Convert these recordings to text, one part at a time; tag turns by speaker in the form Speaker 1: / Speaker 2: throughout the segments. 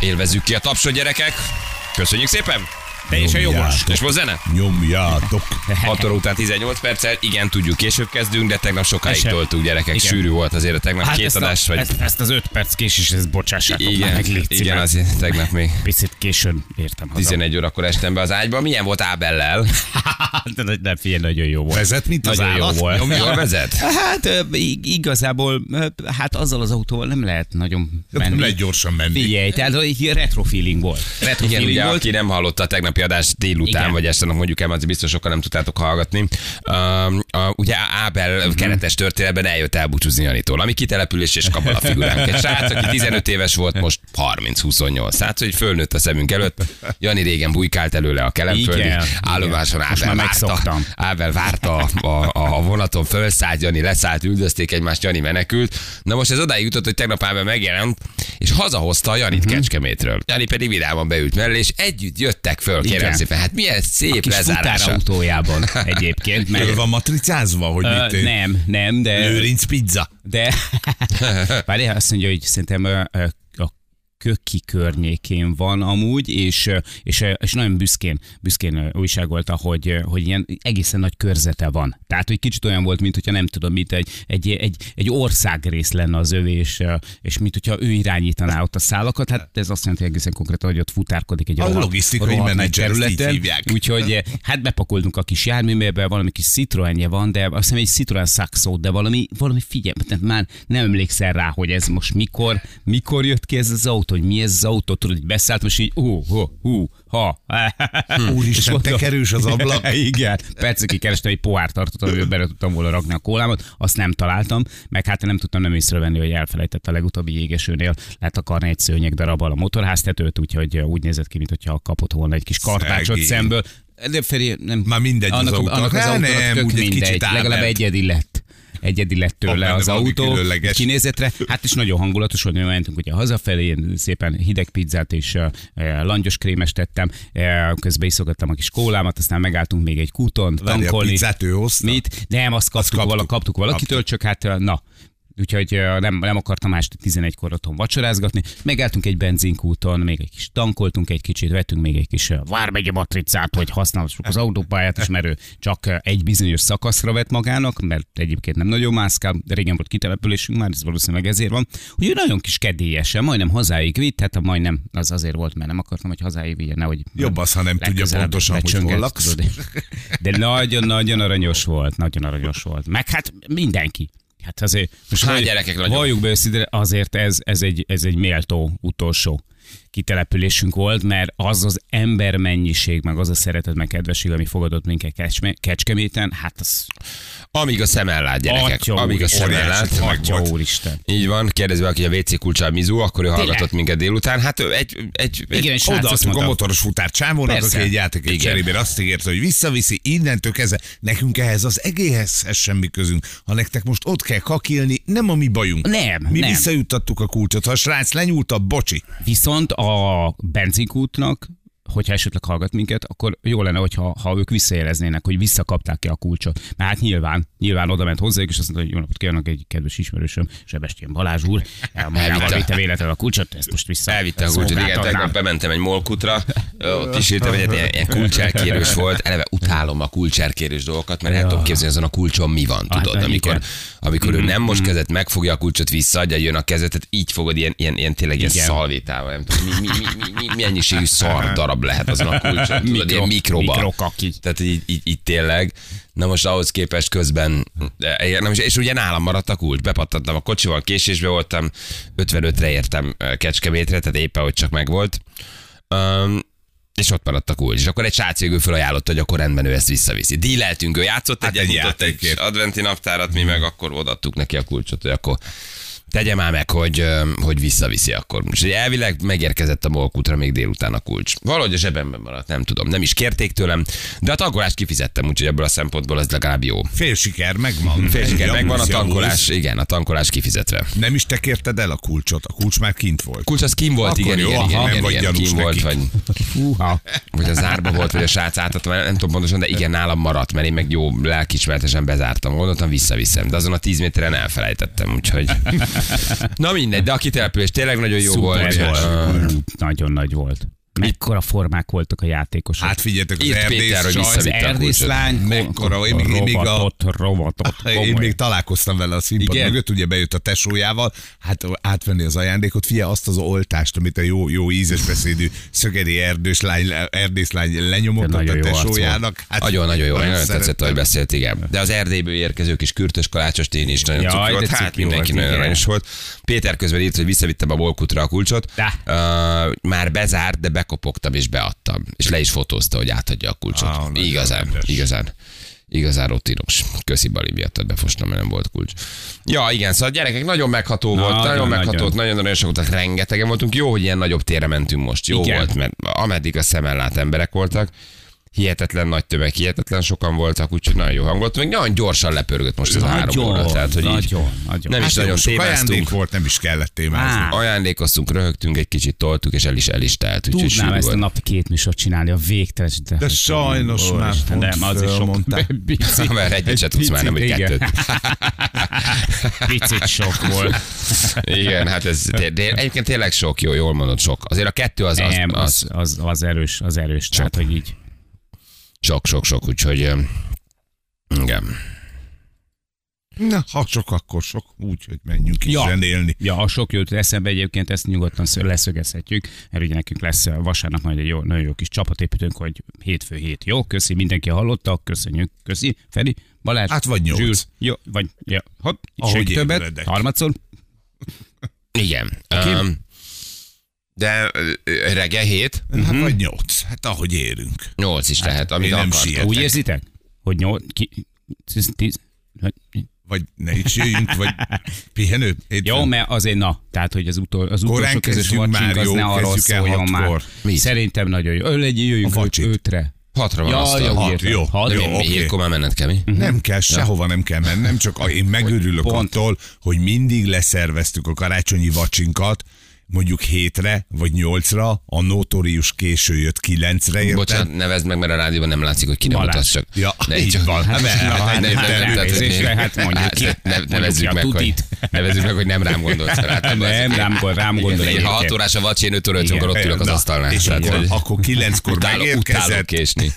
Speaker 1: Élvezzük ki a tapsot, gyerekek! Köszönjük szépen!
Speaker 2: Teljesen jogos.
Speaker 1: És most zene?
Speaker 2: Nyomjátok.
Speaker 1: 6 óra után 18 perccel, igen, tudjuk, később kezdünk, de tegnap sokáig
Speaker 2: Esett.
Speaker 1: toltuk, gyerekek.
Speaker 2: Igen. Hát
Speaker 1: Sűrű volt azért a tegnap két
Speaker 2: ezt,
Speaker 1: adás,
Speaker 2: a,
Speaker 1: vagy...
Speaker 2: ezt, ezt, az öt perc késés, ezt bocsássátok igen,
Speaker 1: igen,
Speaker 2: meg, légy
Speaker 1: igen,
Speaker 2: az...
Speaker 1: azért tegnap még
Speaker 2: Picit későn értem haza.
Speaker 1: 11 órakor estem be az ágyba. Milyen volt Ábellel?
Speaker 2: Hát, De nagy- nem, figyelj, nagyon jó volt.
Speaker 3: Vezet, mint az
Speaker 2: Nagyon jó
Speaker 3: állat?
Speaker 2: volt.
Speaker 1: Nyomja a vezet?
Speaker 2: Hát ö, ig- igazából, ö, hát azzal az autóval nem lehet nagyon menni.
Speaker 3: Nem lehet gyorsan menni.
Speaker 2: Figyelj, tehát egy retro feeling volt. Retro
Speaker 1: Igen,
Speaker 2: feeling
Speaker 1: ugye,
Speaker 2: volt.
Speaker 1: aki nem hallotta a tegnapi adást délután,
Speaker 2: Igen.
Speaker 1: vagy este, annak mondjuk el, az biztos sokan nem tudtátok hallgatni. Um, a, ugye Ábel
Speaker 2: Mhm.
Speaker 1: uh-huh. keretes történetben eljött elbúcsúzni Janitól, ami kitelepülés és kapal a figuránk. Egy srác, aki 15 éves volt, most 30-28. Hát, hogy fölnőtt a szemünk előtt. Jani régen bujkált előle a kelemföldi
Speaker 2: Igen,
Speaker 1: állomáson.
Speaker 2: Most
Speaker 1: Ábel
Speaker 2: már
Speaker 1: várta,
Speaker 2: megszoktam.
Speaker 1: Ábel várta a, a, a vonaton, fölszállt Jani, leszállt, üldözték egymást, Jani menekült. Na most ez odáig jutott, hogy tegnap Ábel megjelent, és hazahozta a Janit
Speaker 2: Mhm.
Speaker 1: uh-huh. Kecskemétről. Jani pedig vidáman beült mellé, és együtt jöttek föl, kérem
Speaker 2: Igen.
Speaker 1: szépen. Hát milyen szép
Speaker 2: Kis
Speaker 1: lezárása.
Speaker 2: futárautójában egyébként.
Speaker 3: Föl
Speaker 2: Meg,
Speaker 3: van matricázva, hogy
Speaker 2: Ö,
Speaker 3: mit én-
Speaker 2: nem, nem, de...
Speaker 3: Lőrinc pizza.
Speaker 2: De várjál, azt mondja, hogy szerintem ö, ö, a köki környékén van amúgy, és, ö, és, ö, és nagyon büszkén, büszkén ö, újságolta, hogy, ö, hogy ilyen egészen nagy körzete van. Tehát, hogy kicsit olyan volt, mint hogyha nem tudom, mint egy, egy, egy, egy országrész lenne az övé, és, ö, és mint hogyha ő irányítaná ott a szálakat. Hát ez azt jelenti egészen konkrétan, hogy ott futárkodik egy
Speaker 3: A
Speaker 2: rohadt-
Speaker 3: logisztikai
Speaker 2: rohadt nagy
Speaker 3: menedzser, ezt így
Speaker 2: területen.
Speaker 3: hívják.
Speaker 2: Úgyhogy eh, hát bepakoltunk a kis járműmébe, valami kis Citroenje van, de azt hiszem egy Citroen Saxo, de valami, valami figyelj, tehát már nem emlékszel rá, hogy ez most mikor, mikor jött ki ez az autó, hogy mi ez az autó, tudod, hogy beszállt, most így, ó, hú, hú, ha.
Speaker 3: Úristen,
Speaker 2: És mondom-
Speaker 3: tekerős az ablak.
Speaker 2: Igen, percekig kerestem egy pohár tartottam, amiben bele tudtam volna rakni a kólámat, azt nem találtam, meg hát nem tudtam nem észrevenni, hogy elfelejtett a legutóbbi jégesőnél letakarni egy szőnyeg darabbal a motorháztetőt, úgyhogy eh, úgy nézett ki, mintha kapott volna egy kis kartácsot
Speaker 3: Szegény.
Speaker 2: szemből. De Feri, nem.
Speaker 3: Már mindegy az
Speaker 2: annak,
Speaker 3: autónak.
Speaker 2: Annak az
Speaker 3: Há,
Speaker 2: autónak
Speaker 3: nem,
Speaker 2: tök
Speaker 3: úgy egy
Speaker 2: mindegy,
Speaker 3: kicsit ábelt.
Speaker 2: legalább egyedi lett. Egyedi lett tőle
Speaker 3: Van
Speaker 2: az
Speaker 3: benne valami
Speaker 2: autó.
Speaker 3: különleges.
Speaker 2: Kinézetre, hát is nagyon hangulatos volt, mi mentünk ugye hazafelé, én szépen hideg pizzát és uh, langyos krémes tettem, uh, közben iszogattam a kis kólámat, aztán megálltunk még egy kúton,
Speaker 3: Várj, a
Speaker 2: tankolni.
Speaker 3: pizzát ő hozta?
Speaker 2: Mit? Nem, azt kaptuk,
Speaker 3: kaptuk.
Speaker 2: vala, kaptuk valakitől, csak hát ö, na. Úgyhogy ö, nem, nem akartam más 11-kor otthon vacsorázgatni. Megálltunk egy benzinkúton, még egy kis tankoltunk egy kicsit, vettünk még egy kis ö, vármegye matricát, hogy használhassuk az autópályát is, mert ő csak ö, egy bizonyos szakaszra vett magának, mert egyébként nem nagyon mászkál, de régen volt kitelepülésünk már, ez valószínűleg ezért van. Hogy ő nagyon kis kedélyesen, majdnem hazáig vitt, hát a majdnem az azért volt, mert nem akartam, hogy hazáig vigye, nehogy
Speaker 3: Jobb az, ha nem tudja
Speaker 2: legközelebb
Speaker 3: pontosan, hogy
Speaker 2: becsönget,
Speaker 3: hol laksz.
Speaker 2: tudod. De nagyon-nagyon aranyos volt, nagyon aranyos volt. Meg hát mindenki. Hát azért, most
Speaker 1: Hány
Speaker 2: vall-
Speaker 1: gyerekek nagyon?
Speaker 2: Valljuk be őszintén, azért ez, ez, egy, ez egy méltó utolsó kitelepülésünk volt, mert az az ember mennyiség, meg az a szeretet, meg kedvesség, ami fogadott minket Kecsme- Kecskeméten, hát az
Speaker 1: Amíg a szem ellát, gyerekek.
Speaker 2: Atya
Speaker 1: Amíg a
Speaker 2: úr,
Speaker 1: szem
Speaker 2: óriási
Speaker 1: ellát.
Speaker 2: Atya úristen.
Speaker 1: Így van, kérdezve, aki a WC kulcsal Mizu, akkor ő hallgatott minket délután. Hát ő egy, egy, egy
Speaker 2: Igen, és srác azt
Speaker 3: Odaadtuk a
Speaker 2: mondta.
Speaker 3: motoros futár csávónak,
Speaker 2: Persze.
Speaker 3: aki egy játékét
Speaker 1: Igen.
Speaker 3: cserében azt ígérte, hogy visszaviszi, innentől kezdve. Nekünk ehhez az egészhez semmi közünk. Ha nektek most ott kell kakilni, nem a mi bajunk.
Speaker 2: Nem,
Speaker 3: Mi
Speaker 2: nem.
Speaker 3: visszajuttattuk a kulcsot. Ha a srác lenyúlt a bocsi.
Speaker 2: Viszont a benzinkútnak, hogyha esetleg hallgat minket, akkor jó lenne, hogyha, ha ők visszajeleznének, hogy visszakapták-e a kulcsot. Mert hát nyilván, nyilván oda ment hozzájuk, és azt mondta, hogy jó napot kívánok, egy kedves ismerősöm, Sebestyén Balázs úr, magával
Speaker 1: Elvitte.
Speaker 2: vitte véletlenül a kulcsot, ezt most vissza. Szóval
Speaker 1: Elvitte a kulcsot, igen,
Speaker 2: szolgáltatnám.
Speaker 1: tegnap bementem egy molkutra, ö, ott is írtam egyet, ilyen, ilyen kulcserkérős volt, eleve utálom a kulcserkérős dolgokat, mert el tudom képzelni, azon a kulcson mi van,
Speaker 2: Hát,
Speaker 1: tudod,
Speaker 2: igen. Mhm,
Speaker 1: amikor, amikor ő nem most kezet megfogja a kulcsot, visszaadja, jön a kezet, tehát így fogod ilyen, ilyen, ilyen tényleg ilyen
Speaker 2: Igen.
Speaker 1: szalvétával, nem tudom, mi, mi, mi, mi, mi, mi mennyiségű szar darab lehet azon a kulcson, tudod, ilyen mikroba.
Speaker 2: mikrokaki.
Speaker 1: Tehát így, így, így tényleg. Na most ahhoz képest közben, de- nem, is- és ugye nálam maradt a kulcs, bepattantam a kocsival, késésbe voltam, 55-re értem ö, Kecskemétre, tehát éppen, hogy csak megvolt. Um, És ott maradt a kulcs. És akkor egy srác végül felajánlotta, hogy akkor rendben ő ezt visszaviszi. Díleltünk, ő játszott hát egyet,
Speaker 3: egy
Speaker 1: mutott egy
Speaker 3: játékért.
Speaker 1: adventi naptárat, mi meg akkor odaadtuk neki a kulcsot, hogy akkor tegye már meg, hogy, ö, hogy visszaviszi akkor. És ugye elvileg megérkezett a molkutra még délután a kulcs. Valahogy a zsebemben maradt, nem tudom. Nem is kérték tőlem, de a tankolást kifizettem, úgyhogy ebből a szempontból ez legalább jó.
Speaker 3: Fél siker megvan.
Speaker 1: Fél siker,
Speaker 3: Javusz,
Speaker 1: megvan a
Speaker 3: javusz.
Speaker 1: tankolás, igen, a tankolás kifizetve.
Speaker 3: Nem is te kérted el a kulcsot, a kulcs már kint volt.
Speaker 1: Kulcs az kim volt,
Speaker 3: Akkor
Speaker 1: igen,
Speaker 3: jó,
Speaker 1: igen,
Speaker 3: aha,
Speaker 1: igen,
Speaker 3: nem
Speaker 1: igen,
Speaker 3: vagy
Speaker 1: igen,
Speaker 3: gyanús
Speaker 1: kim volt,
Speaker 3: nekik.
Speaker 1: vagy,
Speaker 2: Húha.
Speaker 1: vagy az árba volt, vagy a srác átadta, nem, nem tudom pontosan, de igen, nálam maradt, mert én meg jó lelkismeretesen bezártam, gondoltam, visszaviszem, de azon a 10 méteren elfelejtettem, úgyhogy... Na mindegy, de a kitelepülés tényleg nagyon jó volt.
Speaker 2: Szuper
Speaker 1: Ö,
Speaker 2: volt. Ú, Nagyon nagy volt. Mekkora formák voltak a játékosok.
Speaker 3: Hát figyeljetek, az
Speaker 1: Írt Péter, hogy
Speaker 3: erdész
Speaker 1: vissza-
Speaker 3: csaj,
Speaker 2: az
Speaker 1: vitte a
Speaker 2: erdészlány,
Speaker 3: Mekkora, én még- én még a-
Speaker 2: rovatot, rovatot,
Speaker 3: Én
Speaker 2: komoly.
Speaker 3: még találkoztam vele a színpad
Speaker 2: Igen?
Speaker 3: Igen? mögött, ugye bejött a tesójával, hát átvenni az ajándékot, figyelj azt az oltást, amit a jó, jó ízes beszédű szögedi erdős lány, le- erdészlány lenyomott
Speaker 2: Nagyon
Speaker 3: a
Speaker 2: jó arc
Speaker 3: tesójának. Hát,
Speaker 1: Nagyon-nagyon jó, nagyon
Speaker 3: szerettem.
Speaker 1: tetszett, ahogy beszélt, igen. De az Erdélyből érkező kis kürtös kalácsos tény is nagyon
Speaker 2: Jaj,
Speaker 1: cuki
Speaker 2: de
Speaker 1: volt,
Speaker 2: cuki
Speaker 1: hát mindenki
Speaker 2: volt,
Speaker 1: nagyon
Speaker 2: igen.
Speaker 1: aranyos volt. Péter közben írt, hogy visszavittem a bolkutra a kulcsot,
Speaker 2: De.
Speaker 1: uh, már bezárt, de bekopogtam és beadtam. És le is fotózta, hogy átadja a kulcsot.
Speaker 3: Ah, nagyon
Speaker 1: igazán, igazán. Igazán rutinos. Köszi Bali miatt befostam, mert nem volt kulcs. Ja, igen, szóval gyerekek, nagyon megható volt, nagyon,
Speaker 2: Nagyon,
Speaker 1: nagyon meghatót,
Speaker 2: nagyon.
Speaker 1: nagyon nagyon sok voltak, rengetegen voltunk. Jó, hogy ilyen nagyobb térre mentünk most. Jó
Speaker 2: Igen.
Speaker 1: volt, mert ameddig a szemmel lát emberek voltak, hihetetlen nagy tömeg, hihetetlen sokan voltak, úgyhogy nagyon jó hangot, meg nagyon gyorsan lepörgött most ez a három óra. Tehát, hogy így
Speaker 2: nagyon, nagyon.
Speaker 1: nem is
Speaker 3: Hát
Speaker 1: nagyon
Speaker 3: jó, sok
Speaker 1: témáztunk,
Speaker 3: ajándék volt, nem is kellett témázni.
Speaker 2: Á,
Speaker 1: ajándékoztunk, röhögtünk, egy kicsit toltuk, és el is, el is telt, úgyhogy
Speaker 2: Tudnám
Speaker 1: sűrű
Speaker 2: ezt a
Speaker 1: volt.
Speaker 2: nap két műsort csinálni, a végtelen.
Speaker 3: De sajnos már pont
Speaker 2: nem, az is sok.
Speaker 3: fölmondták.
Speaker 2: Pici,
Speaker 1: Mert egyet se tudsz már, nem, hogy
Speaker 2: picit, igen.
Speaker 1: kettőt.
Speaker 2: Picit sok volt.
Speaker 1: Igen, hát ez de, de egyébként tényleg sok, jó, jól mondod, sok. Azért a kettő az, az,
Speaker 2: Nem,
Speaker 1: az,
Speaker 2: az, az, az erős, az erős. Tehát, hogy így.
Speaker 1: sok, sok, sok, úgyhogy ö, igen.
Speaker 3: Na, ha sok, akkor sok, úgyhogy menjünk is
Speaker 2: Ja.
Speaker 3: zenélni.
Speaker 2: Ja, a sok jött eszembe egyébként, ezt nyugodtan szö- leszögezhetjük, mert ugye nekünk lesz ö, vasárnap majd egy jó, nagyon jó kis csapatépítőnk, hogy hétfő hét. Jó, köszi, mindenki hallotta, köszönjük, köszi, Feri, Balázs,
Speaker 3: Hát vagy nyolc.
Speaker 2: Zsűr, jó, vagy, ja, hopp,
Speaker 3: Ahogy
Speaker 2: senki többet,
Speaker 3: ébredek.
Speaker 2: harmadszor,
Speaker 1: Igen. Um, de ö, ö, reggel hét,
Speaker 3: Hát vagy nyolc, hát ahogy érünk.
Speaker 1: nyolc is lehet, amit
Speaker 3: Hát, én nem
Speaker 1: akarsz.
Speaker 3: sietek.
Speaker 2: úgy érzitek, hogy nyolc, ki, tíz, tíz, hogy-
Speaker 3: Vagy ne is jöjjünk, vagy pihenő.
Speaker 2: jó,
Speaker 3: étterem.
Speaker 2: mert azért na, tehát hogy az, utol, az
Speaker 3: Korán
Speaker 2: utolsó közös
Speaker 3: kezdjünk
Speaker 2: vacsink
Speaker 3: már,
Speaker 2: az
Speaker 3: jó,
Speaker 2: ne arról
Speaker 3: kezdjük el
Speaker 2: szóljon már.
Speaker 3: hatkor.
Speaker 1: Mit?
Speaker 2: Szerintem nagyon jó. Ö, legyünk, jöjjünk
Speaker 3: A
Speaker 2: öt-
Speaker 3: vacsit.
Speaker 2: ötre.
Speaker 1: Hatra van
Speaker 2: Ja,
Speaker 1: asztal.
Speaker 2: jó,
Speaker 1: Hat.
Speaker 2: értem.
Speaker 3: jó,
Speaker 2: Hat.
Speaker 3: jó,
Speaker 1: Jó,
Speaker 3: oké.
Speaker 1: Hétkor már menned kemény.
Speaker 3: Nem kell, sehova nem kell mennem, csak a- én megörülök
Speaker 2: Pont.
Speaker 3: attól, hogy mindig leszerveztük a karácsonyi vacsinkat, mondjuk hétre vagy nyolcra, a notórius késő jött kilencre, érted?
Speaker 1: Bocsánat, nevezd meg, mert a rádióban nem látszik, hogy ki nem
Speaker 2: Balázs.
Speaker 1: mutatsz csak.
Speaker 3: Ja,
Speaker 1: Ne,
Speaker 3: így
Speaker 1: csak-
Speaker 3: van. Hát,
Speaker 1: Ne,
Speaker 3: mert-
Speaker 1: ne,
Speaker 3: hát
Speaker 1: ne,
Speaker 3: egy
Speaker 1: ne,
Speaker 3: tervezésre,
Speaker 1: tehát, hogy még-
Speaker 2: hát mondjuk
Speaker 1: Hát,
Speaker 2: ki.
Speaker 1: ne-
Speaker 2: Mondjuk ki
Speaker 1: Nevezzük
Speaker 2: a
Speaker 1: meg, hogy,
Speaker 2: tutit.
Speaker 1: nevezzük meg, hogy nem rám gondolsz. Hát,
Speaker 2: Nem,
Speaker 1: az-
Speaker 2: nem rám gondol, rám gondol
Speaker 1: Igen, Ha
Speaker 2: egyébként.
Speaker 1: 6 órás a vacs, én 5 óra 5
Speaker 2: Igen.
Speaker 1: ott ülök az
Speaker 3: Na,
Speaker 1: asztalnál.
Speaker 3: És
Speaker 1: Tehát,
Speaker 3: akkor,
Speaker 1: hogy-
Speaker 3: akkor kilenckor
Speaker 1: Utálok- utálok
Speaker 3: megérkezett.
Speaker 1: késni.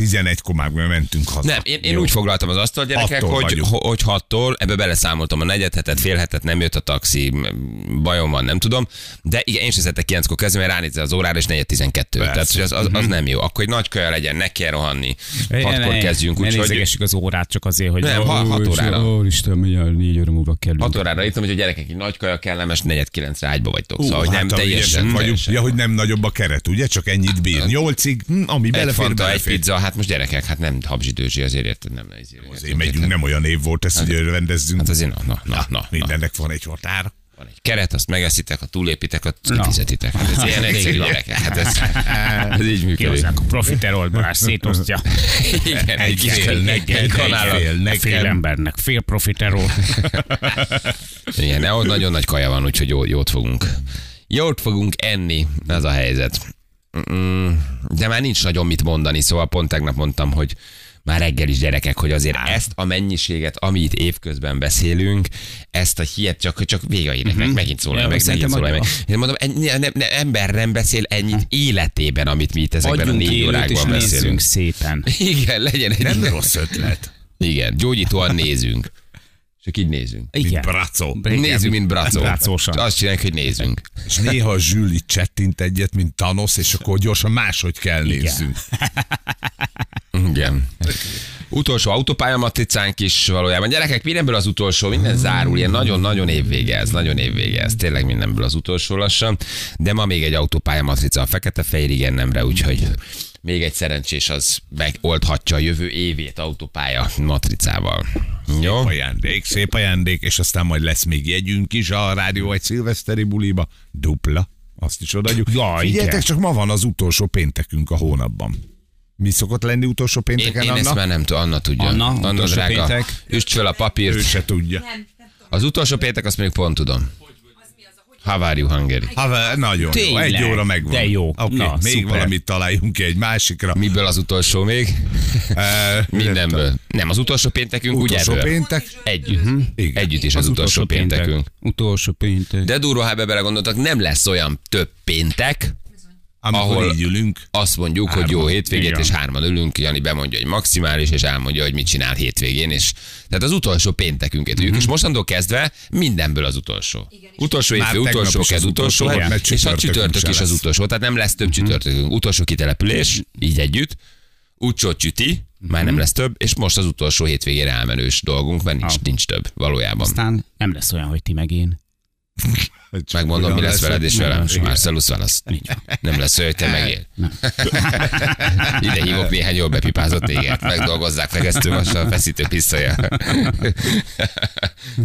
Speaker 3: 11-kor már mentünk haza.
Speaker 1: Nem, én, én úgy foglaltam az asztalt, gyerekek,
Speaker 3: Hattól
Speaker 1: hogy,
Speaker 3: vagyunk.
Speaker 1: ho- hogy hattól, ebbe beleszámoltam a negyed hetet, fél hetet, nem jött a taxi, m- bajom van, nem tudom. De igen, én sem szeretek kilenckor kezdeni, mert ránézel az órára, és negyed tizenkettő. Tehát hogy az, az,
Speaker 3: Mhm.
Speaker 1: az, nem jó. Akkor egy nagy kaja legyen, ne kell rohanni. Hatkor kezdjünk,
Speaker 2: Ne
Speaker 1: úgyhogy...
Speaker 2: nézegessük az órát csak azért, hogy...
Speaker 1: Nem,
Speaker 2: Ó,
Speaker 1: ha- hat
Speaker 2: Isten,
Speaker 1: órára.
Speaker 2: Ó, Isten, mindjárt négy óra múlva kerülünk.
Speaker 1: Hat órára írtam, hogy a gyerekek egy nagy kaja kellemes, negyed kilencre ágyba vagytok.
Speaker 3: Ú,
Speaker 1: szóval, hogy nem
Speaker 3: hát, ha
Speaker 1: teljesen.
Speaker 3: ügyesek vagyunk,
Speaker 1: teljesen. Hát,
Speaker 3: ja, hogy nem nagyobb a keret, ugye? Csak ennyit bír. Nyolcig, hm, ami
Speaker 1: Egy
Speaker 3: belefér,
Speaker 1: fanta, egy
Speaker 3: belefér.
Speaker 1: pizza, hát most gyerekek, hát nem habzsidőzsi, azért érted, nem nehéz.
Speaker 3: Azért megyünk, nem olyan év volt ez, hogy örvendezzünk.
Speaker 1: Hát azért, na, na, na, na, na.
Speaker 3: Mindennek van egy határa.
Speaker 1: van egy keret, azt megeszitek, ha túlépitek, azt kifizetitek. Hát ez ilyen egyszerű gyerekek. Hát ez, ez így működik.
Speaker 2: Kihozzák a profiterol, Balázs szétosztja.
Speaker 1: Igen, egy kis
Speaker 3: Egy fél neked,
Speaker 1: egy
Speaker 3: egy
Speaker 1: kanállal.
Speaker 3: fél
Speaker 2: Fél
Speaker 3: nekem.
Speaker 2: embernek, fél profiterol.
Speaker 1: Igen, de ott nagyon nagy kaja van, úgyhogy jó, jót fogunk. Jót fogunk enni, ez a helyzet. Mm, De már nincs nagyon mit mondani, szóval pont tegnap mondtam, hogy már reggel is gyerekek, hogy azért ezt a mennyiséget, amit évközben beszélünk, ezt a hihet csak, csak vége ének, meg megint szólal,
Speaker 2: Mhm. Ja,
Speaker 1: meg megint
Speaker 2: szerintem
Speaker 1: szólal, meg.
Speaker 2: adja. Hm.
Speaker 1: Én mondom, en- ne, ne, ne, ember nem beszél ennyit életében, amit mi itt ezekben a
Speaker 2: Adjunk
Speaker 1: négy
Speaker 2: élőt és
Speaker 1: órákban
Speaker 2: nézzünk
Speaker 1: beszélünk.
Speaker 2: szépen.
Speaker 1: Igen, legyen egy...
Speaker 3: Nem rossz ötlet.
Speaker 1: Igen, gyógyítóan nézünk. Csak így nézünk.
Speaker 2: Igen.
Speaker 3: Bracó.
Speaker 2: Igen.
Speaker 1: Nézzünk, mint bracó.
Speaker 2: Bracósan.
Speaker 1: És Azt csináljuk, hogy nézünk.
Speaker 3: És néha a Zsüli csettint egyet, mint Thanos, és akkor gyorsan máshogy kell nézzünk.
Speaker 1: Igen. Utolsó autópálya matricánk is valójában. Gyerekek, mindenből az utolsó, minden zárul, ilyen nagyon-nagyon évvége ez, nagyon évvége ez, tényleg mindenből az utolsó lassan, de ma még egy autópálya matrica a fekete-fehér igennemre, úgyhogy még egy szerencsés az megoldhatja a jövő évét autópálya matricával. Jó?
Speaker 3: Ajándék, szép ajándék, és aztán majd lesz még jegyünk is a rádió egy szilveszteri buliba. Dupla. Azt is odaadjuk.
Speaker 2: Jaj,
Speaker 3: Figyeljetek,
Speaker 2: igen.
Speaker 3: csak ma van az utolsó péntekünk a hónapban. Mi szokott lenni utolsó
Speaker 1: Én,
Speaker 3: pénteken,
Speaker 1: én ezt
Speaker 3: Anna?
Speaker 1: már nem tudom, Anna tudja.
Speaker 2: Anna,
Speaker 1: Anna
Speaker 2: utolsó
Speaker 1: drága,
Speaker 2: péntek.
Speaker 1: üst fel a papírt.
Speaker 3: Ő se tudja.
Speaker 1: Az utolsó péntek, azt még pont tudom. How are you Hungary?
Speaker 3: Ha, nagyon jó.
Speaker 2: Tényleg.
Speaker 3: Egy óra megvan.
Speaker 2: De jó.
Speaker 3: Okay,
Speaker 2: Na,
Speaker 3: még
Speaker 2: szuper.
Speaker 3: valamit találjunk ki egy másikra.
Speaker 1: Miből az utolsó még?
Speaker 3: Eh,
Speaker 1: Mindenből. Nem, az utolsó péntekünk ugye
Speaker 3: Utolsó
Speaker 1: ebből.
Speaker 3: péntek.
Speaker 1: Együtt. Mhm.
Speaker 3: Igen.
Speaker 1: Együtt is az, utolsó, péntekünk.
Speaker 2: Utolsó péntek.
Speaker 1: De durva, ha ebbe belegondoltak, nem lesz olyan több péntek,
Speaker 3: Amikor
Speaker 1: Ahol-
Speaker 3: Ahol... így ülünk.
Speaker 1: azt mondjuk, hárman. hogy jó hétvégét,
Speaker 2: Igen.
Speaker 1: és hárman ülünk, Jani bemondja, hogy maximális, és elmondja, hogy mit csinál hétvégén, és tehát az utolsó péntekünket tudjuk,
Speaker 3: Mhm.
Speaker 1: és mostantól kezdve mindenből az utolsó. Utolsó
Speaker 3: Már
Speaker 1: hétfő,
Speaker 3: tegnap
Speaker 1: utolsó
Speaker 3: is az
Speaker 1: kez, utolsó,
Speaker 3: utolsó hát
Speaker 1: utolsó
Speaker 3: volt,
Speaker 1: és
Speaker 3: mert
Speaker 1: a
Speaker 3: csütörtökünk
Speaker 1: csütörtök
Speaker 3: se
Speaker 1: is az
Speaker 3: lesz. Mhm.
Speaker 1: utolsó, tehát nem lesz több csütörtökünk. Utolsó kitelepülés, így együtt, úgycsó csüti, már
Speaker 3: Mhm.
Speaker 1: nem lesz több, és most az utolsó hétvégére elmenős dolgunk, mert nincs,
Speaker 2: Ah.
Speaker 1: nincs több valójában.
Speaker 2: Aztán nem lesz olyan, hogy ti meg én.
Speaker 3: Csak
Speaker 1: Megmondom, mi
Speaker 3: olyan
Speaker 1: lesz veled és
Speaker 2: nem
Speaker 1: velem.
Speaker 2: lesz olyan.
Speaker 1: Marcellus válasz. Nem lesz olyan, hogy te megél. Ide hívok néhány jól bepipázott éget. Megdolgozzák fegesztővassal a feszítő pisztolya.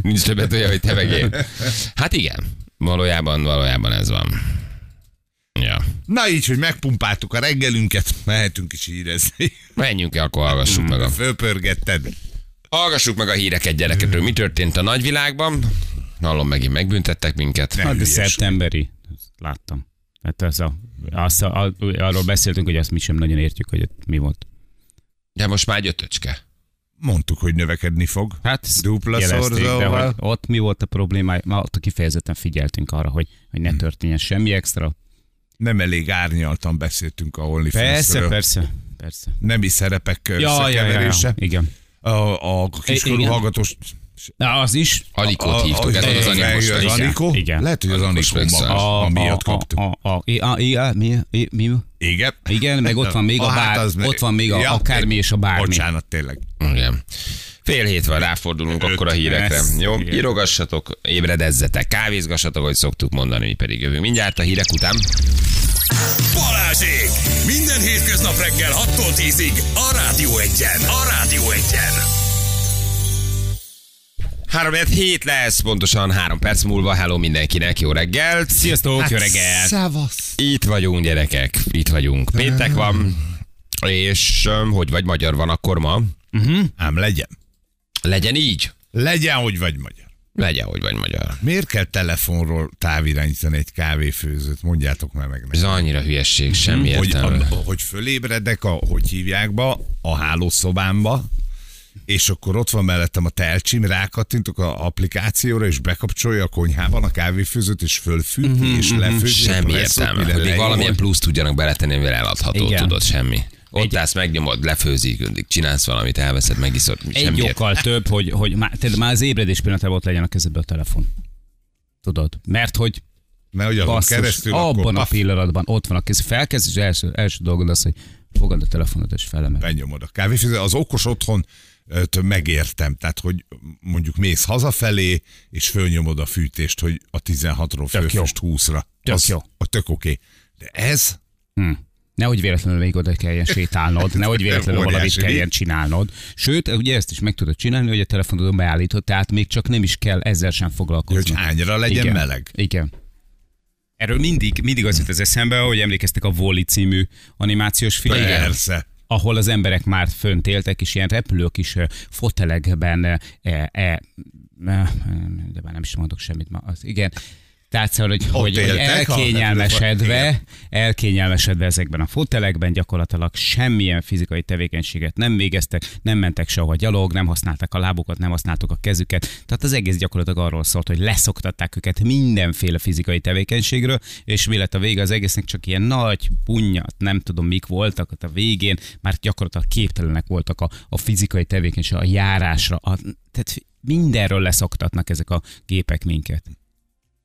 Speaker 1: Nincs többet olyan, hogy te megél. Hát igen. Valójában, valójában ez van. Ja.
Speaker 3: Na így, hogy megpumpáltuk a reggelünket, mehetünk is hírezni.
Speaker 1: Menjünk el, akkor hallgassuk meg a...
Speaker 3: Fölpörgetted.
Speaker 1: Hallgassuk meg a híreket gyerekekről. Mi történt a nagyvilágban? Hallom, megint megbüntettek minket.
Speaker 3: Nem.
Speaker 2: Hát de
Speaker 3: Hülyes.
Speaker 2: szeptemberi. Ezt Láttam. Tehát az a, azt a, a, arról beszéltünk, hogy azt mi sem nagyon értjük, hogy ott mi volt.
Speaker 1: De most már egy ötöcske.
Speaker 3: Mondtuk, hogy növekedni fog.
Speaker 2: Hát ezt
Speaker 3: Dupla
Speaker 2: jelezték, de
Speaker 3: szorzóval.
Speaker 2: hogy ott mi volt a problémája? Ma ott kifejezetten figyeltünk arra, hogy, hogy ne történjen semmi extra.
Speaker 3: Nem elég árnyaltan beszéltünk a
Speaker 2: Persze,
Speaker 3: OnlyFans-ről.
Speaker 2: persze, Szóval- persze.
Speaker 3: Nemi szerepek
Speaker 2: Ja, ja, ja, ja,
Speaker 3: összekeverése.
Speaker 2: igen.
Speaker 3: A, a kiskorú
Speaker 2: Igen.
Speaker 3: hallgatós...
Speaker 2: Na, az is.
Speaker 1: Anikót hívtuk, ez
Speaker 3: a-
Speaker 1: az az
Speaker 3: a-
Speaker 1: animós
Speaker 3: az
Speaker 1: törzs.
Speaker 3: Anikó?
Speaker 2: Igen.
Speaker 3: Lehet, hogy az
Speaker 1: Anikós
Speaker 3: Anikó maga,
Speaker 1: Vexel.
Speaker 3: a, amiatt
Speaker 2: a,
Speaker 3: kaptuk.
Speaker 2: a, a, a, a, a, mi, mi, mi,
Speaker 3: Igen.
Speaker 2: igen, meg ott van még a,
Speaker 3: Ah, hát
Speaker 2: bár,
Speaker 3: az meg-
Speaker 2: ott van még a
Speaker 3: Ja,
Speaker 2: akármi és a bármi.
Speaker 3: Bocsánat, tényleg.
Speaker 1: Igen. Fél hét van, ráfordulunk Öt akkor a hírekre.
Speaker 2: lesz.
Speaker 1: Jó,
Speaker 2: Igen.
Speaker 1: írogassatok, ébredezzetek, kávézgassatok, ahogy szoktuk mondani, mi pedig jövünk mindjárt a hírek után.
Speaker 4: Balázsék! Minden hétköznap reggel 6-tól 10-ig a Rádió Egyen. A Rádió Egyen.
Speaker 1: 3 hét lesz, pontosan három perc múlva. Hello mindenkinek, jó reggelt! Hát,
Speaker 2: Sziasztok, jó reggelt!
Speaker 3: Szevasz.
Speaker 1: Itt vagyunk, gyerekek, itt vagyunk. Péntek van, és öm, hogy vagy magyar van akkor ma?
Speaker 3: Ám legyen.
Speaker 1: Legyen így.
Speaker 3: Legyen, hogy vagy magyar.
Speaker 1: Legyen, hogy vagy magyar.
Speaker 3: Miért kell telefonról távirányítani egy kávéfőzőt? Mondjátok már meg
Speaker 1: Ez
Speaker 3: nekem.
Speaker 1: annyira hülyesség, semmi
Speaker 3: hogy,
Speaker 1: értelme.
Speaker 3: a, hogy fölébredek, a, hogy hívják be, a hálószobámba, és akkor ott van mellettem a telcsim, rákattintok a applikációra, és bekapcsolja a konyhában a kávéfőzőt, és fölfűti,
Speaker 2: Mhm,
Speaker 3: és lefőzi.
Speaker 1: Semmi értelme. Hogy még valamilyen plusz tudjanak beletenni, amivel eladható,
Speaker 2: Igen.
Speaker 1: tudod, semmi. Ott
Speaker 2: Egy-
Speaker 1: állsz, megnyomod, lefőzik, addig csinálsz valamit, elveszed, megiszod.
Speaker 2: Egy
Speaker 1: Semmi értelme.
Speaker 2: okkal több, hogy, hogy már, tehát már az ébredés pillanatában ott legyen a kezedben a telefon. Tudod? Mert hogy
Speaker 3: Mert hogy azon
Speaker 2: basszus,
Speaker 3: keresztül akkor
Speaker 2: abban a
Speaker 3: paf,
Speaker 2: pillanatban ott van a kész. Felkezd, és első, első dolgod az, hogy fogad a telefonod és felemel.
Speaker 3: benyomod a kávéfőzőt. Az okos otthon öt, megértem, tehát hogy mondjuk mész hazafelé, és fölnyomod a fűtést, hogy a 16-ról
Speaker 2: Tök jó.
Speaker 3: fölfüst 20-ra.
Speaker 2: Tök
Speaker 3: az,
Speaker 2: jó.
Speaker 3: A tök oké. De ez
Speaker 2: Nehogy véletlenül még oda kelljen sétálnod, nehogy véletlenül
Speaker 3: Óriási
Speaker 2: valamit
Speaker 3: mi?
Speaker 2: kelljen csinálnod. Sőt, ugye ezt is meg tudod csinálni, hogy a telefonodon beállítod, tehát még csak nem is kell ezzel sem
Speaker 3: hogy
Speaker 2: foglalkozni.
Speaker 3: hányra hát, legyen
Speaker 2: Igen.
Speaker 3: meleg.
Speaker 2: Igen. Erről mindig, mindig az jut az eszembe, hogy emlékeztek a Wall-E című animációs filmre,
Speaker 3: Persze.
Speaker 2: ahol az emberek már fönt éltek, és ilyen repülők is ö, fotelekben, e, e, e, de már nem is mondok semmit ma, az, igen, tehát szóval, hogy, hogy, hogy
Speaker 3: éltek, ha-
Speaker 2: elkényelmesedve,
Speaker 3: Igen.
Speaker 2: elkényelmesedve ezekben a fotelekben gyakorlatilag semmilyen fizikai tevékenységet nem végeztek, nem mentek sehova gyalog, nem használták a lábukat, nem használtuk a kezüket. Tehát az egész gyakorlatilag arról szólt, hogy leszoktatták őket mindenféle fizikai tevékenységről, és mi lett a vége az egésznek, csak ilyen nagy punyat, nem tudom mik voltak ott a végén, már gyakorlatilag képtelenek voltak a, a fizikai tevékenység, a járásra, a, tehát mindenről leszoktatnak ezek a gépek minket.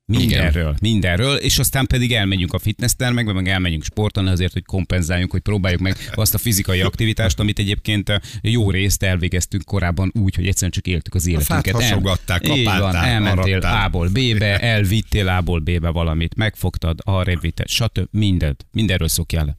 Speaker 2: Mindenről, Igen. mindenről, és aztán pedig elmegyünk a fitness termekbe, meg elmegyünk sportolni azért, hogy kompenzáljunk, hogy próbáljuk meg azt a fizikai aktivitást, amit egyébként eh, jó részt elvégeztünk korábban úgy, hogy egyszerűen csak éltük az életünket.
Speaker 3: fát Hát hasogatták,
Speaker 2: Így van,
Speaker 3: kapálták,
Speaker 2: elmentél
Speaker 3: maradtál.
Speaker 2: A-ból B-be, elvittél A-ból B-be valamit, megfogtad, arrébb vitted, stb. Mindent, mindenről szokjál le.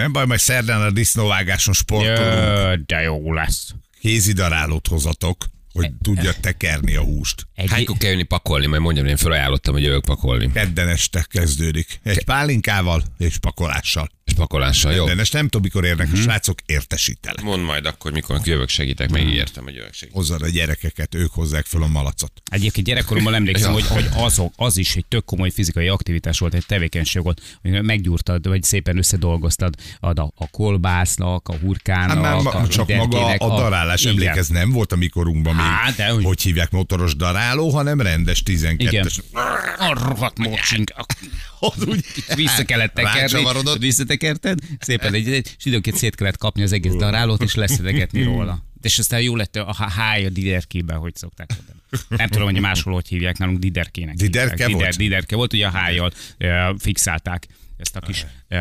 Speaker 3: Nem baj, majd szerdán a disznóvágáson sportolunk.
Speaker 2: Jö, de jó lesz.
Speaker 3: Kézidarálót hozatok, hogy tudja tekerni a húst.
Speaker 2: Egy...
Speaker 1: Hánykor kell jönni pakolni? Majd mondjam, én felajánlottam, hogy jövök pakolni.
Speaker 3: Kedden este kezdődik. Egy pálinkával és pakolással.
Speaker 1: És pakolással, jó?
Speaker 3: Kedden este, nem tudom, mikor érnek
Speaker 2: Mhm.
Speaker 3: a srácok, értesítelek.
Speaker 1: Mondd majd akkor, mikor jövök, segítek, megígértem, hogy jövök segítek.
Speaker 3: Hozzad a gyerekeket, ők hozzák föl a malacot.
Speaker 2: Egyébként gyerekkoromban emlékszem, hogy, hogy azok, az is egy tök komoly fizikai aktivitás volt, egy tevékenység volt, hogy meggyúrtad, vagy szépen összedolgoztad ad a, a kolbásznak, a hurkának,
Speaker 3: Hát már ma,
Speaker 2: a
Speaker 3: csak maga
Speaker 2: mindenkinek
Speaker 3: a darálás
Speaker 2: Igen.
Speaker 3: emlékez nem volt a mikorunkban még,
Speaker 2: Hát, dehogy.
Speaker 3: hogy hívják motoros daráló, hanem rendes 12-es.
Speaker 2: Igen. A rohadt mocsink. Az úgy vissza kellett tekerni.
Speaker 3: Rácsavarodott.
Speaker 2: Visszatekerted? Szépen egy, egy, és időnként szét kellett kapni az egész darálót, és leszedegetni róla. És aztán jó lett a há- hája diderkében, hogy szokták mondani. Nem tudom, hogy máshol hogy hívják nálunk diderkének.
Speaker 3: Diderke
Speaker 2: hívják. Dider,
Speaker 3: volt?
Speaker 2: Diderke volt, ugye a hájjal ö, fixálták ezt a kis uh,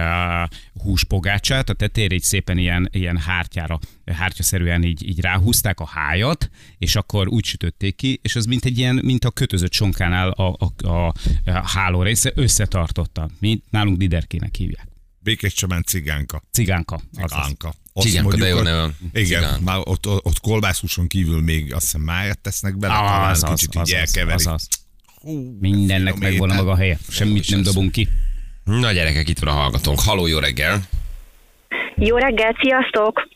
Speaker 2: húspogácsát, a tetére így szépen ilyen, ilyen hártyára, hártyaszerűen így, így ráhúzták a hájat, és akkor úgy sütötték ki, és az mint egy ilyen, mint a kötözött sonkánál a, a, a, a háló része összetartotta. Mi nálunk diderkének hívják.
Speaker 3: Békés Csamán cigánka.
Speaker 2: Cigánka. azaz.
Speaker 3: Cigánka.
Speaker 1: Cigánka, de jó
Speaker 3: hogy-
Speaker 1: neve van.
Speaker 3: Igen,
Speaker 1: Cigánka.
Speaker 3: már ott, ott, ott kolbászhúson kívül még azt hiszem májat tesznek bele, talán
Speaker 2: Azaz,
Speaker 3: kicsit így
Speaker 2: azaz,
Speaker 3: elkeverik.
Speaker 2: azaz.
Speaker 3: Hú,
Speaker 2: Mindennek
Speaker 3: finom
Speaker 2: megvan a
Speaker 3: étel.
Speaker 2: maga helye. Semmit nem dobunk ki.
Speaker 1: Na gyerekek, itt van a hallgatónk. Haló, jó reggel!
Speaker 5: Jó reggel, sziasztok!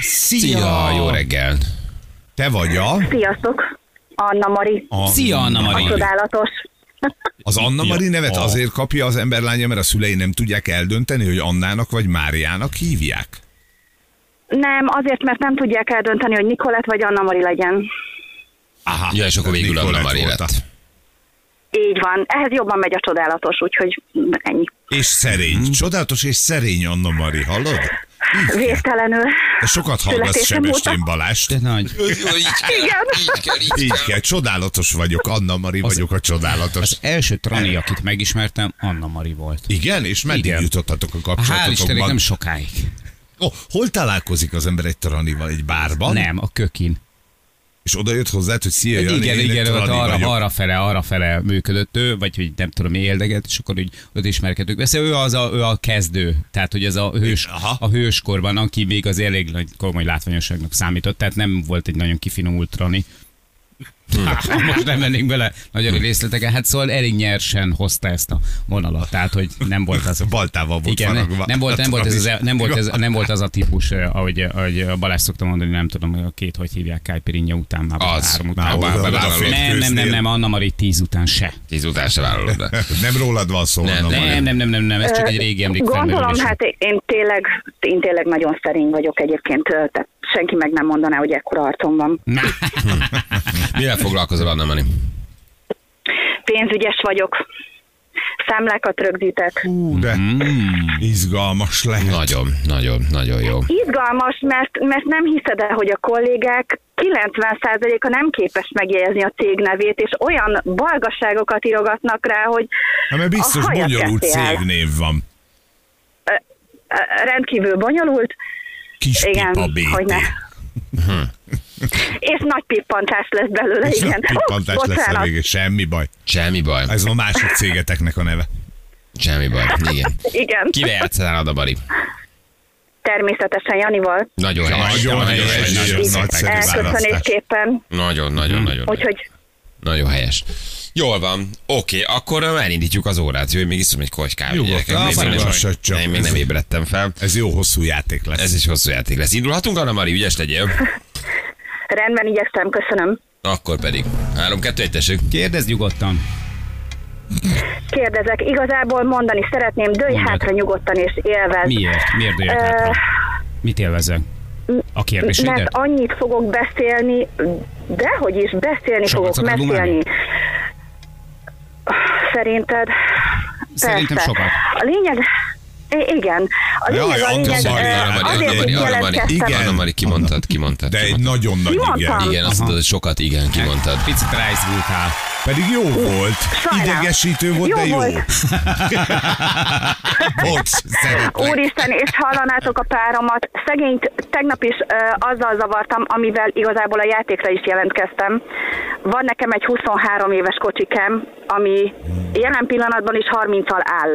Speaker 1: Szia, jó reggel!
Speaker 3: Te vagy a...
Speaker 5: Sziasztok! Anna Mari,
Speaker 3: a
Speaker 2: Szia, Anna
Speaker 5: a
Speaker 2: Maria.
Speaker 5: csodálatos.
Speaker 3: Az Anna Mari nevet
Speaker 2: A.
Speaker 3: azért kapja az emberlánya, mert a szülei nem tudják eldönteni, hogy Annának vagy Máriának hívják.
Speaker 5: Nem, azért, mert nem tudják eldönteni, hogy Nikolett vagy Anna Mari legyen.
Speaker 3: Aha.
Speaker 1: Ja, és akkor
Speaker 3: Tehát
Speaker 1: végül
Speaker 3: Nikolett
Speaker 1: Anna Mari
Speaker 3: volt a-
Speaker 1: lett.
Speaker 5: Így van, ehhez jobban megy a csodálatos, úgyhogy ennyi.
Speaker 3: És szerény.
Speaker 1: Mhm.
Speaker 3: Csodálatos és szerény Anna Mari, hallod?
Speaker 5: Végtelenül.
Speaker 3: De sokat hallgatsz
Speaker 5: Születésem óta.
Speaker 3: Sebestén Balást.
Speaker 2: De nagy.
Speaker 1: Így kell,
Speaker 5: Igen.
Speaker 1: így kell, így
Speaker 3: Így kell, csodálatos vagyok, Anna Mari vagyok a csodálatos.
Speaker 2: Az első trani, akit megismertem, Anna Mari volt.
Speaker 3: Igen, és meddig
Speaker 2: Igen.
Speaker 3: jutottatok a
Speaker 2: Hál' Istennek nem
Speaker 3: kapcsolatokban?
Speaker 2: sokáig.
Speaker 3: Oh, hol találkozik az ember egy taranival egy bárban?
Speaker 2: Nem, a kökin.
Speaker 3: És oda jött hozzád, hogy szia, Jani,
Speaker 2: Hát igen,
Speaker 3: én egy
Speaker 2: igen, ott
Speaker 3: Trani
Speaker 2: arra,
Speaker 3: vagyok.
Speaker 2: arra fele, arra fele működött ő, vagy hogy nem tudom, éldeget, és akkor úgy ott ismerkedtük. Persze ő az a, ő a kezdő, tehát hogy ez a hős,
Speaker 3: Aha.
Speaker 2: a hőskorban, aki még az elég nagy komoly látványosságnak számított, tehát nem volt egy nagyon kifinomult trani. Há, Most nem mennénk bele nagyon részletekbe. Hát szóval elég nyersen hozta ezt a vonalat, tehát hogy nem volt az
Speaker 3: Ez a Szóval baltával volt
Speaker 2: igen,
Speaker 3: faragva.
Speaker 2: ne- nem volt, nem volt, ez, az, e- nem, volt ez, nem volt az a típus, eh, ahogy, ahogy Balázs szokta mondani, nem tudom, a két, hogy hívják, Kájpirinja után már, vagy
Speaker 1: Az.
Speaker 2: három
Speaker 3: Már
Speaker 2: után.
Speaker 3: oda-
Speaker 2: Bár-
Speaker 3: oda-
Speaker 2: bár-
Speaker 3: oda-
Speaker 2: nem, nem, nem,
Speaker 3: főztél.
Speaker 2: nem, Anna Mari tíz után se.
Speaker 1: Tíz után se vállalod be.
Speaker 3: Nem rólad van szó,
Speaker 1: Nem,
Speaker 3: Anna
Speaker 1: nem.
Speaker 3: Mari.
Speaker 2: Nem, nem, nem, nem, nem, ez csak egy régi emlék
Speaker 5: Gondolom,
Speaker 2: felmerülés.
Speaker 5: hát én tényleg, én tényleg nagyon szerény vagyok egyébként, tehát senki meg nem mondaná, hogy ekkora arcom van.
Speaker 2: Na,
Speaker 1: Mivel foglalkozol, Anna Mani?
Speaker 5: Pénzügyes vagyok, számlákat rögzítek.
Speaker 3: Hú, de
Speaker 2: Mm-hmm.
Speaker 3: izgalmas lehet.
Speaker 1: Nagyon, nagyon, nagyon jó.
Speaker 5: Izgalmas, mert, mert nem hiszed el, hogy a kollégák 90%-a nem képes megjegyezni a cég nevét, és olyan balgasságokat írogatnak rá, hogy
Speaker 3: Na, Hát, mert biztos
Speaker 5: a hajat
Speaker 3: bonyolult
Speaker 5: kezdi el.
Speaker 3: cégnév van.
Speaker 5: Ö, rendkívül bonyolult,
Speaker 3: Kis
Speaker 5: igen,
Speaker 3: pipa BT.
Speaker 5: hogy ne. és nagy pippantás lesz belőle,
Speaker 3: És
Speaker 5: igen.
Speaker 3: nagy pippantás
Speaker 5: Ó,
Speaker 3: lesz a
Speaker 5: bocsánat.
Speaker 3: vége, semmi baj.
Speaker 1: Semmi baj,
Speaker 3: Ez a másik cégeteknek a neve.
Speaker 1: semmi baj. Igen.
Speaker 5: Igen,
Speaker 1: Kivel játszanál, Anna Mari?
Speaker 5: természetesen Janival.
Speaker 1: Nagyon helyes.
Speaker 3: Nagyon helyes,
Speaker 1: Nagyon,
Speaker 3: nagyon Hm.
Speaker 1: szép.
Speaker 3: nagyszerű választás.
Speaker 5: Elköszönésképpen,
Speaker 1: nagyon, nagyon, nagyon.
Speaker 5: úgyhogy
Speaker 1: Nagyon helyes. Jól van, oké, akkor ö, elindítjuk az órát. Jó, még iszom egy kogy kávét.
Speaker 3: Nyugodtan,
Speaker 1: gyerekek.
Speaker 3: na,
Speaker 1: Még nem-
Speaker 3: faggassad csak.
Speaker 1: nem- Még nem ébredtem fel.
Speaker 3: Ez jó hosszú játék lesz.
Speaker 1: Ez is hosszú játék lesz. Indulhatunk, Anna Mari, ügyes legyél.
Speaker 5: rendben igyekszem, köszönöm.
Speaker 1: Akkor pedig. 3 2 1 tessék.
Speaker 2: kérdezd nyugodtan.
Speaker 5: Kérdezek, igazából mondani szeretném, dőj
Speaker 2: Mondod.
Speaker 5: hátra nyugodtan és élvezd.
Speaker 2: Miért? Miért
Speaker 5: Ö,
Speaker 2: dőjött hátra? Mit élvezek? A kérdésedet?
Speaker 5: Mert annyit fogok beszélni, dehogy is beszélni
Speaker 2: Sokat
Speaker 5: fogok
Speaker 2: szokott
Speaker 5: beszélni. Szerinted?
Speaker 2: Szerintem
Speaker 5: Persze.
Speaker 2: sokat.
Speaker 5: A lényeg, I- igen, Az
Speaker 3: Jaj,
Speaker 5: Jaj, a
Speaker 3: Anna
Speaker 5: lényeg,
Speaker 3: Mari,
Speaker 5: ö,
Speaker 1: Anna Mari, Anna
Speaker 5: azért
Speaker 1: Mari,
Speaker 5: is
Speaker 1: Anna Mari,
Speaker 5: jelentkeztem.
Speaker 1: Anna Mari, kimondtad, kimondtad.
Speaker 3: De egy
Speaker 1: kimondtad.
Speaker 3: nagyon nagy
Speaker 5: Mondtam.
Speaker 3: igen.
Speaker 1: Igen, azt mondtad, hogy sokat, igen, kimondtad.
Speaker 2: Picit rájzultál.
Speaker 3: Pedig jó volt.
Speaker 5: sajnálom.
Speaker 3: Idegesítő volt,
Speaker 5: Jó
Speaker 3: de jó.
Speaker 5: volt.
Speaker 3: Bocs, szeretlek.
Speaker 5: Úristen, és hallanátok a páromat. Szegényt tegnap is ö, azzal zavartam, amivel igazából a játékra is jelentkeztem. Van nekem egy 23 éves kocsikem, ami jelen pillanatban is 30-al áll.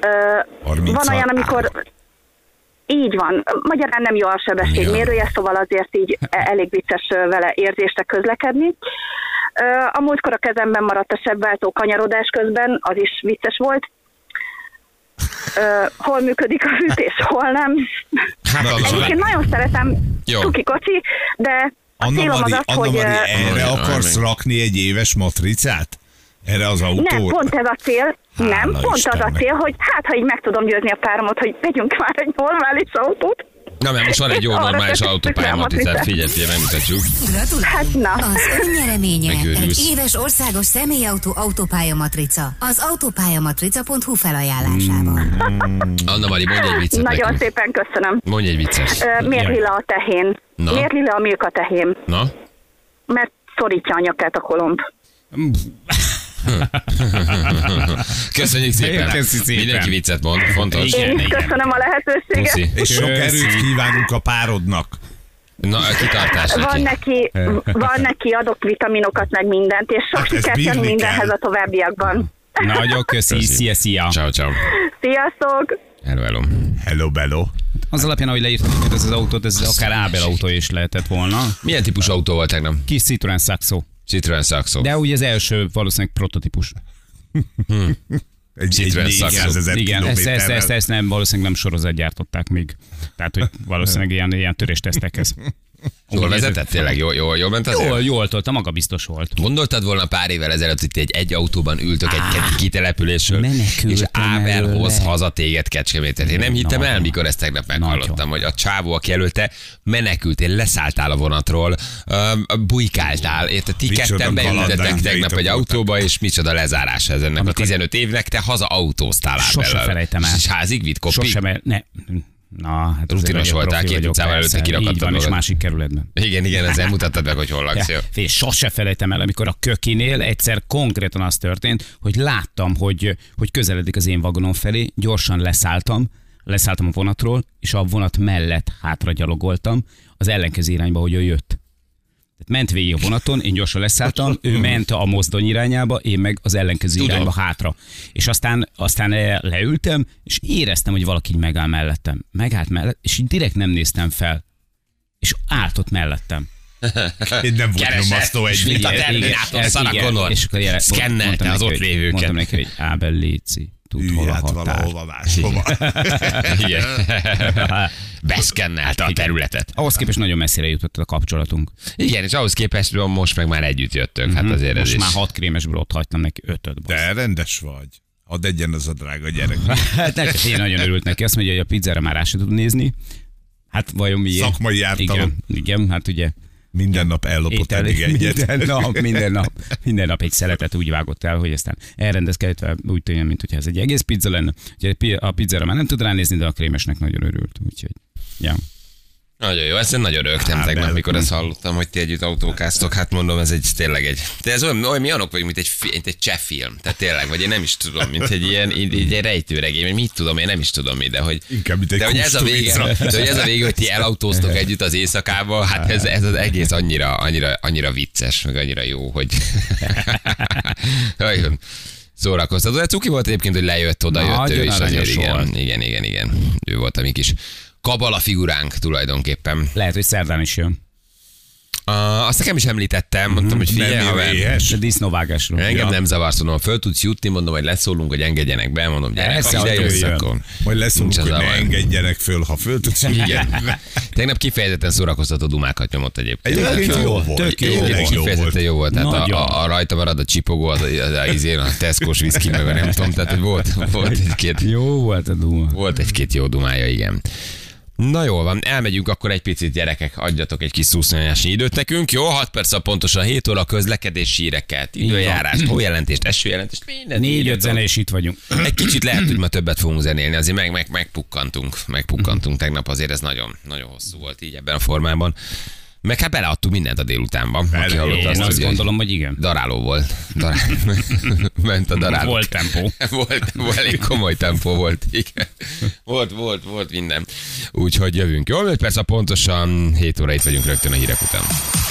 Speaker 5: Ö,
Speaker 3: 30-al
Speaker 5: van olyan, amikor...
Speaker 3: áll.
Speaker 5: Így van. Magyarán nem jó a sebességmérője, szóval azért így elég vicces ö, vele érzésre közlekedni. Ö, A múltkor a kezemben maradt a sebváltó kanyarodás közben, az is vicces volt. Ö, Hol működik a hűtés, hol nem.
Speaker 3: Hát, Anna-
Speaker 5: Egyébként nagyon szeretem
Speaker 1: Jó.
Speaker 5: cuki kocsi, de a
Speaker 3: Anna
Speaker 5: célom
Speaker 3: Mari,
Speaker 5: az az,
Speaker 3: Anna
Speaker 5: hogy...
Speaker 3: Mari,
Speaker 5: ö,
Speaker 3: erre
Speaker 1: Aj,
Speaker 3: akarsz
Speaker 1: aj,
Speaker 3: rakni egy éves matricát? Erre az autóra?
Speaker 5: Nem, pont ez a cél.
Speaker 3: Hála
Speaker 5: nem, pont az
Speaker 3: Istennek.
Speaker 5: a cél, hogy hát, ha így meg tudom győzni a páromot, hogy vegyünk már egy normális autót.
Speaker 1: Na, mert most van egy jó
Speaker 5: Arra
Speaker 1: normális
Speaker 5: tettük rá a
Speaker 1: autópályamatizát,
Speaker 5: matricát.
Speaker 1: figyelj, figyelj, megmutatjuk.
Speaker 6: Gratulálunk!
Speaker 5: Hát na.
Speaker 6: Az önnyereménye
Speaker 1: Megőrülsz.
Speaker 6: egy éves országos személyautó autópálya matrica. Az autópályamatrica.hu felajánlásával.
Speaker 1: Anna Mari, mondj egy viccet
Speaker 5: Nagyon
Speaker 1: nekünk.
Speaker 5: szépen köszönöm.
Speaker 1: Mondj egy viccet.
Speaker 5: Ö, Miért lila a tehén?
Speaker 1: Na.
Speaker 5: Miért lila a milka tehén?
Speaker 1: Na?
Speaker 5: Mert szorítja a nyakát a kolomb.
Speaker 1: Köszönjük szépen.
Speaker 2: Köszi szépen.
Speaker 1: Mindenki viccet mond, fontos.
Speaker 5: Én is köszönöm a lehetőséget.
Speaker 1: Puszi.
Speaker 3: És sok erőt kívánunk a párodnak.
Speaker 1: Na, a kitartás
Speaker 5: Van
Speaker 1: neki.
Speaker 5: neki, van neki, adok vitaminokat, meg mindent, és sok
Speaker 3: Hát ezt
Speaker 5: sikert
Speaker 3: bírni
Speaker 5: kívánok mindenhez
Speaker 3: kell.
Speaker 5: a továbbiakban.
Speaker 2: Nagyon köszi,
Speaker 1: Köszi.
Speaker 2: szia, szia.
Speaker 1: Ciao, ciao.
Speaker 5: Sziasztok!
Speaker 1: Hello, hello.
Speaker 3: Hello, bello.
Speaker 2: Az alapján, ahogy leírtad neked ez az autót, ez akár Ábel autó is lehetett volna.
Speaker 1: Milyen típus autó volt tegnap?
Speaker 2: Kis Citroen Saxo.
Speaker 1: Citroen Saxo.
Speaker 2: De úgy az első valószínűleg prototípus.
Speaker 3: Egy, egy
Speaker 1: Citroen szakszó.
Speaker 3: 400 ezer
Speaker 2: Igen, ezt, ezt, ezt,
Speaker 3: kilométerrel.
Speaker 2: ezt nem, valószínűleg nem sorozat gyártották még. Tehát, hogy valószínűleg ilyen, ilyen töréstesztekhez.
Speaker 1: Jól vezetett? Tényleg jól, jól, jól ment azért?
Speaker 2: Jól, jól tolt, maga biztos volt.
Speaker 1: Gondoltad volna pár évvel ezelőtt, hogy ti egy, egy autóban ültök egy ah, kitelepülésről,
Speaker 2: menekültem
Speaker 1: és Ábel
Speaker 2: elől
Speaker 1: hoz
Speaker 2: le.
Speaker 1: haza téged Kecskemétet. Én nem hittem el, mikor ezt tegnap meghallottam, hogy a csávó, aki előtte menekült, én leszálltál a vonatról, öm, bujkáltál, érted? Ti
Speaker 3: Micsoda
Speaker 1: ketten beültetek
Speaker 3: kalandvágyaitok
Speaker 1: tegnap egy
Speaker 3: voltak.
Speaker 1: autóba, és micsoda lezárás ez ennek a 15 évnek, te haza autóztál
Speaker 2: Sose
Speaker 1: Ábellel.
Speaker 2: felejtem el.
Speaker 1: És házig vitt kopig?
Speaker 2: Sosem el, ne. Na, hát azért
Speaker 1: Rutinos
Speaker 2: nagyon
Speaker 1: voltál,
Speaker 2: profi
Speaker 1: két
Speaker 2: vagyok,
Speaker 1: utcával
Speaker 2: persze.
Speaker 1: előtte kirakodtad
Speaker 2: Így van, és
Speaker 1: magad.
Speaker 2: másik kerületben.
Speaker 1: Igen, igen, ezzel mutattad meg, hogy hol laksz. jó.
Speaker 2: Fél, sose felejtem el, amikor a kökinél egyszer konkrétan az történt, hogy láttam, hogy, hogy közeledik az én vagonom felé, gyorsan leszálltam, leszálltam a vonatról, és a vonat mellett hátra gyalogoltam, az ellenkező irányba, hogy ő jött. Tehát ment végig a vonaton, én gyorsan leszálltam, ő ment a mozdony irányába, én meg az ellenkező
Speaker 1: Tudom.
Speaker 2: irányba hátra. És aztán, aztán eh, leültem, és éreztem, hogy valaki így megáll mellettem. Megállt mellett, és így direkt nem néztem fel. És állt ott mellettem.
Speaker 3: Én nem volt
Speaker 1: Keresett.
Speaker 3: nyomasztó egy
Speaker 1: Mint a
Speaker 3: ilyen.
Speaker 2: Igen,
Speaker 1: Terminátor,
Speaker 2: igen,
Speaker 1: Sarah
Speaker 2: igen.
Speaker 1: Connor.
Speaker 2: És akkor jele,
Speaker 1: Szkennelte
Speaker 2: mondtam
Speaker 1: az
Speaker 2: neki,
Speaker 1: ott
Speaker 2: hogy-
Speaker 1: lévőket.
Speaker 2: Mondtam neki, hogy Ábel Léci, tud
Speaker 3: Ülj
Speaker 2: hol a
Speaker 3: hát
Speaker 2: határ.
Speaker 3: valahova máshova.
Speaker 1: Igen. Beszkennelte a területet.
Speaker 2: Ahhoz képest nagyon messzire jutott a kapcsolatunk. Hm,
Speaker 1: Igen, és ahhoz képest most meg már együtt jöttök, hát azért ez
Speaker 2: Mhm. Most
Speaker 1: is.
Speaker 2: már hat krémesből ott hagytam neki ötöt. basz.
Speaker 3: De rendes vagy. Add egyen az a drága gyerek.
Speaker 2: Hát neki, én nagyon örült neki. Azt mondja, hogy a pizzára már rá se tud nézni. Hát vajon miért?
Speaker 3: Szakmai jártalom.
Speaker 2: Igen, igen, hát ugye
Speaker 3: Minden nap ellopott
Speaker 2: étel,
Speaker 3: eddig egyet.
Speaker 2: minden nap, minden nap, minden nap egy szeletet úgy vágott el, hogy aztán elrendezkedve úgy tűnjön, mint hogyha ez egy egész pizza lenne. Ugye a pizzára már nem tud ránézni, de a krémesnek nagyon örült, úgyhogy. Ja.
Speaker 1: Nagyon jó, ezt én nagyon rögtem
Speaker 3: Ábel.
Speaker 1: tegnap, mikor ezt hallottam, hogy ti együtt autókáztok, hát mondom, ez egy tényleg egy... De ez olyan, olyan olyanok vagyunk, mint egy, fi- mint egy cseh film, tehát tényleg, vagy én nem is tudom, mint egy ilyen így, így egy rejtőregény, vagy mit tudom, én nem is tudom ide, hogy...
Speaker 3: Inkább, mint egy
Speaker 1: de, hogy ez a vége, de
Speaker 3: kustumica.
Speaker 1: hogy ez a vége, hogy ti elautóztok együtt az éjszakába, hát ez, ez az egész annyira, annyira, annyira vicces, meg annyira jó, hogy... Nagyon szórakoztató. De cuki volt egyébként, hogy lejött, oda jött ő
Speaker 2: Nagyon
Speaker 1: is azért,
Speaker 2: aranyos
Speaker 1: igen.
Speaker 2: volt.
Speaker 1: Igen, igen, igen. Ő volt a mi kis kabala figuránk tulajdonképpen.
Speaker 2: Lehet, hogy szerdán is jön.
Speaker 1: Uh, azt nekem is említettem, mondtam, hogy figyelj,
Speaker 3: Nem
Speaker 1: haver,
Speaker 3: éhes.
Speaker 2: A disznóvágásról.
Speaker 1: engem nem zavarsz, mondom, föl tudsz jutni, mondom, hogy leszólunk, hogy engedjenek be, mondom, gyere,
Speaker 2: Persze,
Speaker 1: ide
Speaker 2: hogy
Speaker 1: jössz
Speaker 2: jöjjön.
Speaker 1: akkor.
Speaker 3: Majd leszünk,
Speaker 1: Nincs az
Speaker 3: hogy ne
Speaker 1: zavar.
Speaker 3: engedjenek föl, ha föl tudsz.
Speaker 1: Igen. Tegnap kifejezetten szórakoztató dumákat nyomott egyébként.
Speaker 3: Egyébként
Speaker 1: Tehát,
Speaker 3: jó
Speaker 1: hogy-
Speaker 3: volt.
Speaker 2: tök jó
Speaker 1: Egyébként
Speaker 3: volt.
Speaker 1: Kifejezetten jó volt. Tehát a,
Speaker 2: Nagyon.
Speaker 1: a, a, rajta marad a csipogó, az, az, az, az, izén, a teszkós viszki, meg a nem tudom, tehát hogy volt, volt egy-két
Speaker 2: Jó volt a duma.
Speaker 1: Volt egy-két jó dumája, igen. Na jól van, elmegyünk akkor egy picit, gyerekek, adjatok egy kis szúsznyanyásnyi időt nekünk. Jó, 6 perc a pontosan 7 óra közlekedés híreket, időjárást, hójelentést, esőjelentést, minden.
Speaker 2: Négy-öt
Speaker 1: írjatok.
Speaker 2: zene, és itt vagyunk.
Speaker 1: Egy kicsit lehet, hogy ma többet fogunk zenélni, azért meg, meg, megpukkantunk, megpukkantunk tegnap, azért ez nagyon, nagyon hosszú volt így ebben a formában. Meg hát beleadtuk mindent a délutánban. Aki hallotta,
Speaker 2: Én azt
Speaker 1: tudja, hogy
Speaker 2: gondolom, hogy igen.
Speaker 1: Daráló volt. Darál... Ment a daráló.
Speaker 2: Volt tempó.
Speaker 1: volt, volt, elég komoly tempó volt, igen. Volt, volt, volt minden. Úgyhogy jövünk. Jól, 5 perc a pontosan, 7 óra itt vagyunk rögtön a hírek után.